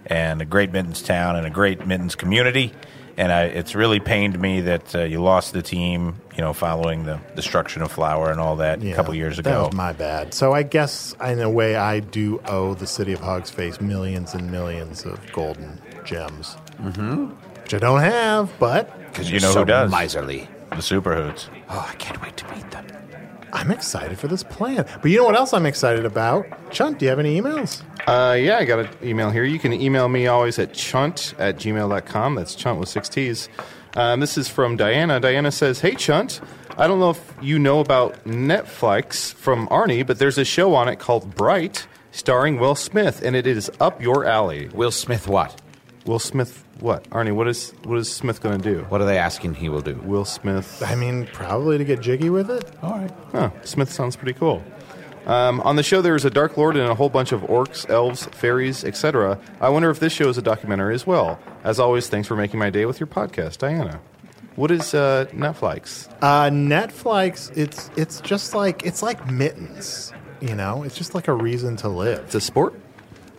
and a great Mittens town and a great Mittens community. And I, it's really pained me that uh, you lost the team, you know, following the destruction of Flower and all that Yeah, a couple years That ago. was my bad. So I guess, in a way, I do owe the city of Hogsface millions and millions of golden gems. Mm-hmm. Which I don't have, but Because You know who does? miserly. the Super Hoots. Oh, I can't wait to meet them. I'm excited for this plan. But you know what else I'm excited about? Chunt, do you have any emails? Uh, yeah, I got an email here. You can email me always at chunt at gmail.com. That's chunt with six T's. Um, this is from Diana. Diana says, Hey, Chunt, I don't know if you know about Netflix from Arnie, but there's a show on it called Bright starring Will Smith, and it is up your alley. Will Smith, what? Will Smith, what? Arnie, what is, what is Smith going to do? What are they asking he will do? Will Smith. I mean, probably to get jiggy with it. All right. Huh. Smith sounds pretty cool. Um, on the show, there is a Dark Lord and a whole bunch of orcs, elves, fairies, etc. I wonder if this show is a documentary as well. As always, thanks for making my day with your podcast, Diana. What is uh, Netflix? Uh, Netflix, it's it's just like it's like mittens, you know. It's just like a reason to live. It's a sport?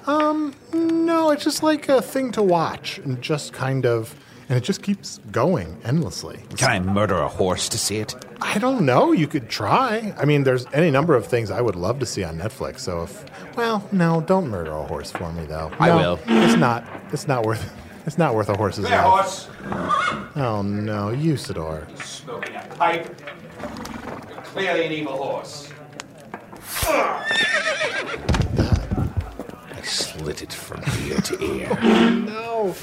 No, it's just like a thing to watch, and just kind of, and it just keeps going endlessly. Can I murder a horse to see it? I don't know. You could try. I mean, there's any number of things I would love to see on Netflix. So if, well, no, don't murder a horse for me though. I No, will. It's not. It's not worth. It's not worth a horse's life. Oh no, Usador. Smoking a pipe. You're clearly an evil horse. I slit it from ear to ear.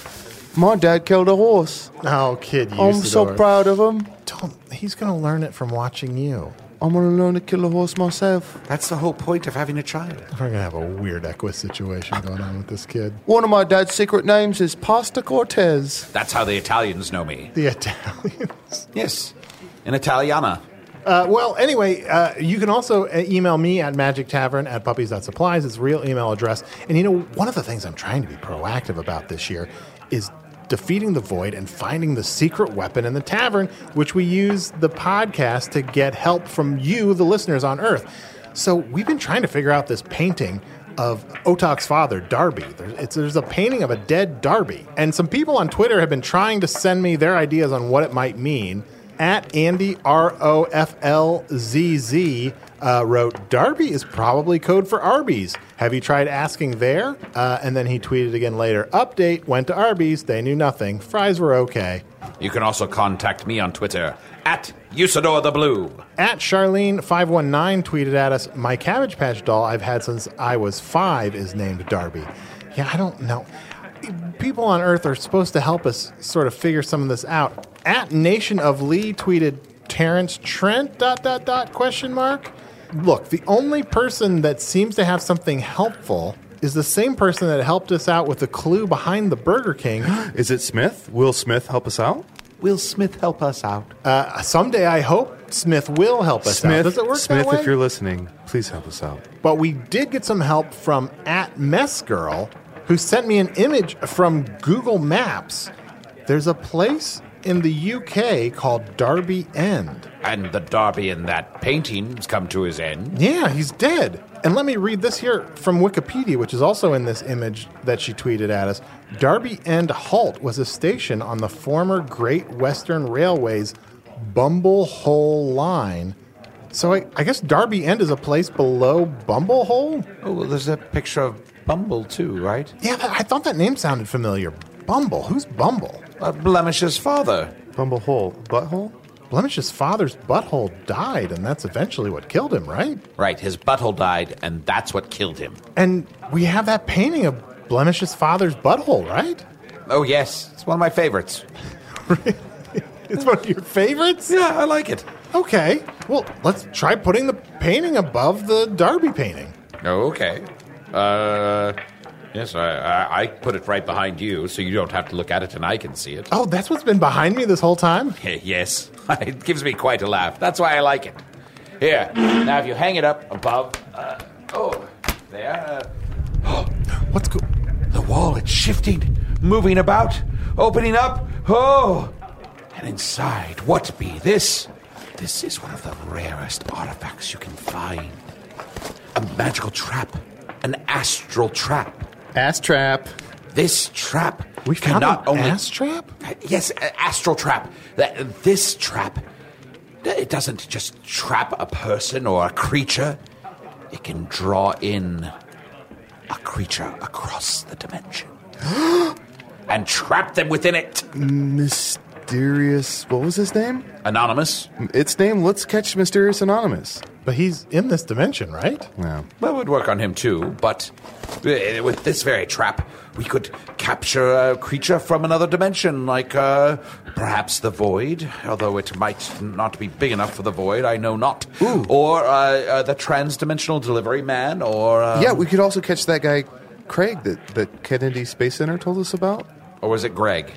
My dad killed a horse. Oh, kid, Usador. of him. Don't. He's gonna learn it from watching you. I'm going to learn to kill a horse myself. *laughs* That's the whole point of having a child. We're gonna have a weird Equus situation going on with this kid. One of my dad's secret names is Pasta Cortez. That's how the Italians know me. The Italians. Yes, an Italiana. Uh, well, anyway, uh, you can also uh, email me at magic tavern at puppies.supplies. It's a real email address. And you know, one of the things I'm trying to be proactive about this year is defeating the void and finding the secret weapon in the tavern, which we use the podcast to get help from you, the listeners on Earth. So we've been trying to figure out this painting of Otok's father, Darby. There's, it's, there's a painting of a dead Darby. And some people on Twitter have been trying to send me their ideas on what it might mean. At Andy R O F L Z Z uh, wrote, Darby is probably code for Arby's. Have you tried asking there? Uh, and then he tweeted again later, update, went to Arby's, they knew nothing, fries were okay. You can also contact me on Twitter at Usador the Blue. At Charlene519 tweeted at us, My Cabbage Patch doll I've had since I was five is named Darby. Yeah, I don't know. People on Earth are supposed to help us sort of figure some of this out. At Nation of Lee tweeted Terrence Trent dot dot dot question mark. Look, the only person that seems to have something helpful is the same *gasps* person that helped us out with the clue behind the Burger King. Is it Smith? Will Smith help us out? Will Smith help us out? Uh, someday I hope Smith will help us out. Smith, Does it work Smith, that way? if you're listening, please help us out. But we did get some help from at Mess Girl, who sent me an image from Google Maps. There's a place in the UK called Derby End. And the Derby in that painting's come to his end. Yeah, he's dead. And let me read this here from Wikipedia, which is also in this image that she tweeted at us. Derby End Halt was a station on the former Great Western Railway's Bumble Hole line. So I, I guess Derby End is a place below Bumble Hole? Oh, well, there's a picture of Bumble, too, right? Yeah, I thought that name sounded familiar. Bumble. Who's Bumble? Uh, Blemish's father. Bumble hole, butthole. Blemish's father's butthole died, and that's eventually what killed him, right? Right, his butthole died, and that's what killed him. And we have that painting of Blemish's father's butthole, right? Oh, yes. It's one of my favorites. It's one of your favorites? Yeah, I like it. Okay. Well, let's try putting the painting above the Derby painting. Oh, okay. Uh, yes, I, I, I put it right behind you, so you don't have to look at it, and I can see it. Oh, that's what's been behind me this whole time? Eh, *laughs* Yes, it gives me quite a laugh. That's why I like it. Here, now if you hang it up above, uh, oh, there. Uh, *gasps* what's go? The wall, it's shifting, moving about, opening up. Oh, and inside, what be this? This is one of the rarest artifacts you can find. A magical trap, an astral trap. Ass trap. This trap We can found not an only ass trap? Yes, a- astral trap. Th- This trap. It doesn't just trap a person or a creature. It can draw in a creature across the dimension *gasps* and trap them within it. Mysterious. What was his name? Anonymous. Its name. Let's catch Mysterious Anonymous. But he's in this dimension, right? Um, No. That would work on him too, but uh, with this very trap, we could capture a creature from another dimension, like uh, perhaps the void, although it might not be big enough for the void, I know not. Or uh, uh, the trans dimensional delivery man, or. Uh, yeah, we could also catch that guy, Craig, that that Kennedy Space Center told us about. Or was it Greg?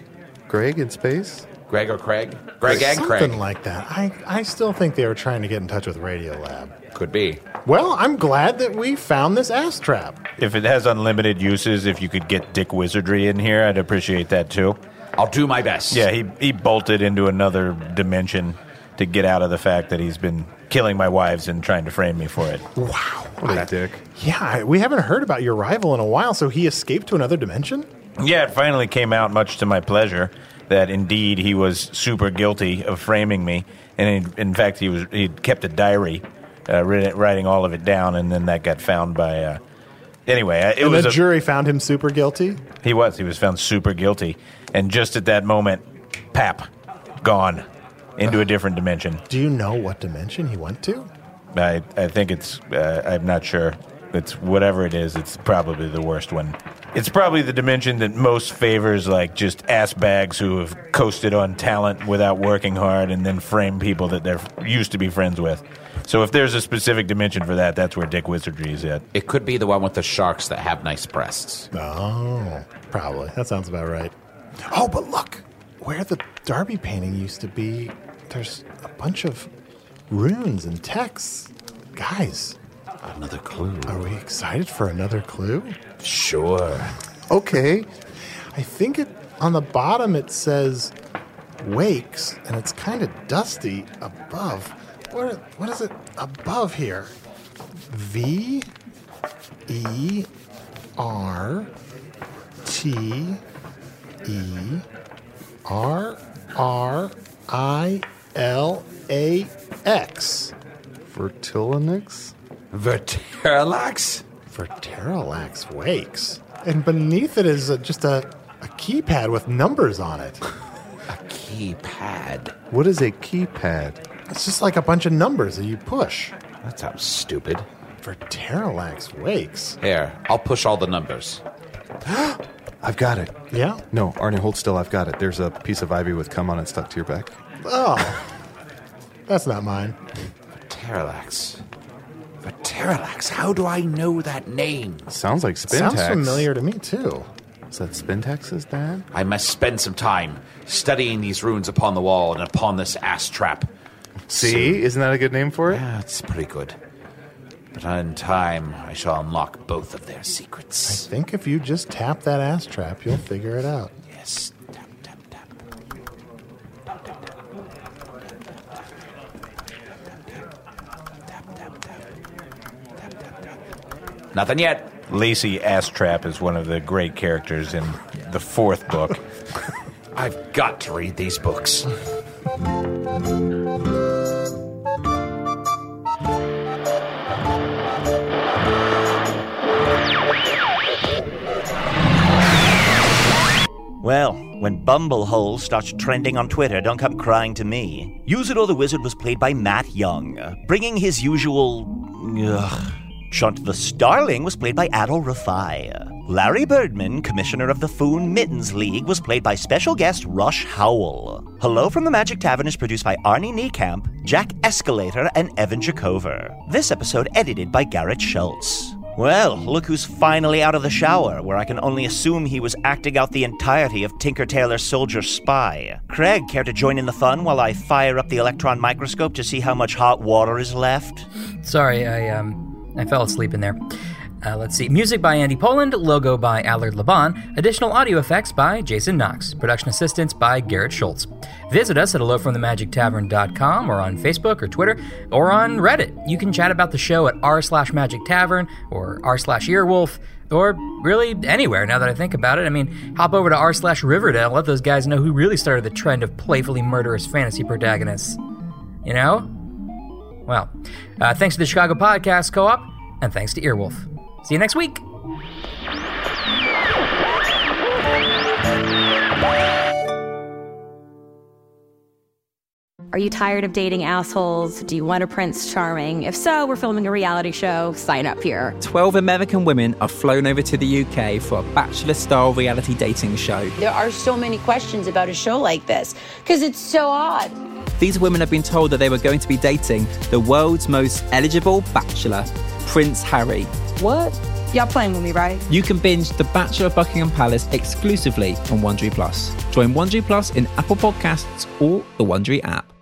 Greg in space. Greg or Craig? Greg and Something Craig. like that. I, I still think they were trying to get in touch with Radio Lab. could be. Well, I'm glad that we found this ass trap. If it has unlimited uses, if you could get Dick Wizardry in here, I'd appreciate that too. I'll do my best. Yeah, he he bolted into another dimension to get out of the fact that he's been killing my wives and trying to frame me for it. Wow. What a I- dick. Yeah, I- we haven't heard about your rival in a while, so he escaped to another dimension? Yeah, it finally came out, much to my pleasure, that indeed he was super guilty of framing me, and in, in fact he was he kept a diary, uh, writ- writing all of it down, and then that got found by. Uh, anyway, uh, it and was the a- jury found him super guilty? he was he was found super guilty, and just at that moment, pap, gone, into a different dimension. Do you know what dimension he went to? I I think it's uh, I'm not sure. It's whatever it is. It's probably the worst one. It's probably the dimension that most favors like just ass bags who have coasted on talent without working hard and then frame people that they're used to be friends with. So if there's a specific dimension for that, that's where Dick Wizardry is at. It could be the one with the sharks that have nice breasts. Oh, probably. That sounds about right. Oh, but look, where the Derby painting used to be, there's a bunch of runes and texts. Guys, Another clue. are we excited for another clue? Sure. Okay. I think it on the bottom it says wakes, and it's kind of dusty above. What, what is it above here? V E R T E R R I L A X. Vertilinix. Verterilax? for Terralax Wakes. And beneath it is a, just a, a keypad with numbers on it. Keypad. What is a keypad? It's just like a bunch of numbers that you push. That sounds stupid. For Terralax Wakes. Here, I'll push all the numbers. I've got it. Yeah. No, Arnie, hold still. I've got it. There's a piece of ivy with cum on it stuck to your back. Oh. That's not mine. Teralax. Teralax. How do I know that name? Sounds like spin Sounds tax. familiar to me, too. Is that spin taxes, Dad? I must spend some time studying these runes upon the wall and upon this ass trap. See, isn't that a good name for it? Yeah, it's pretty good. But in time, I shall unlock both of their I secrets. think if you just tap that ass trap, you'll figure it out. Yes. Tap, tap, tap. Nothing yet. Lacey Astrap is one of the great characters in the fourth book. I've got to read these books. Well, when Bumblehole starts trending on Twitter, don't come crying to me. Usador the Wizard was played by Matt Young, bringing his usual. Ugh. Chunt the Starling was played by Adol Rafai. Larry Birdman, Commissioner of the Foon Mittens League, was played by special guest Rush Howell. Hello from the Magic Tavern is produced by Arnie Niekamp, Jack Escalator, and Evan Jacover. This episode edited by Garrett Schultz. Well, look who's finally out of the shower, where I can only assume he was acting out the entirety of Tinker Tailor Soldier Spy. Craig, care to join in the fun while I fire up the electron microscope to see how much hot water is left? Sorry, I um, I fell asleep in there. Uh, let's see. Music by Andy Poland. Logo by Allard Laban. Additional audio effects by Jason Knox. Production assistance by Garrett Schultz. Visit us at hellofromthemagictavern.com or on Facebook or Twitter or on Reddit. You can chat about the show at r slash magic tavern or r slash earwolf or really anywhere now that I think about it. I mean, hop over to r slash Riverdale. Let those guys know who really started the trend of playfully murderous fantasy protagonists. You know? Well, uh, thanks to the Chicago Podcast Co op, and thanks to Earwolf. See you next week. Are you tired of dating assholes? Do you want a Prince Charming? If so, we're filming a reality show. Sign up here. 12 American women are flown over to the UK for a bachelor style reality dating show. There are so many questions about a show like this because it's so odd. These women have been told that they were going to be dating the world's most eligible bachelor, Prince Harry. What? Y'all playing with me, right? You can binge The Bachelor of Buckingham Palace exclusively on Wondery Plus. Join Wondery Plus in Apple Podcasts or the Wondery app.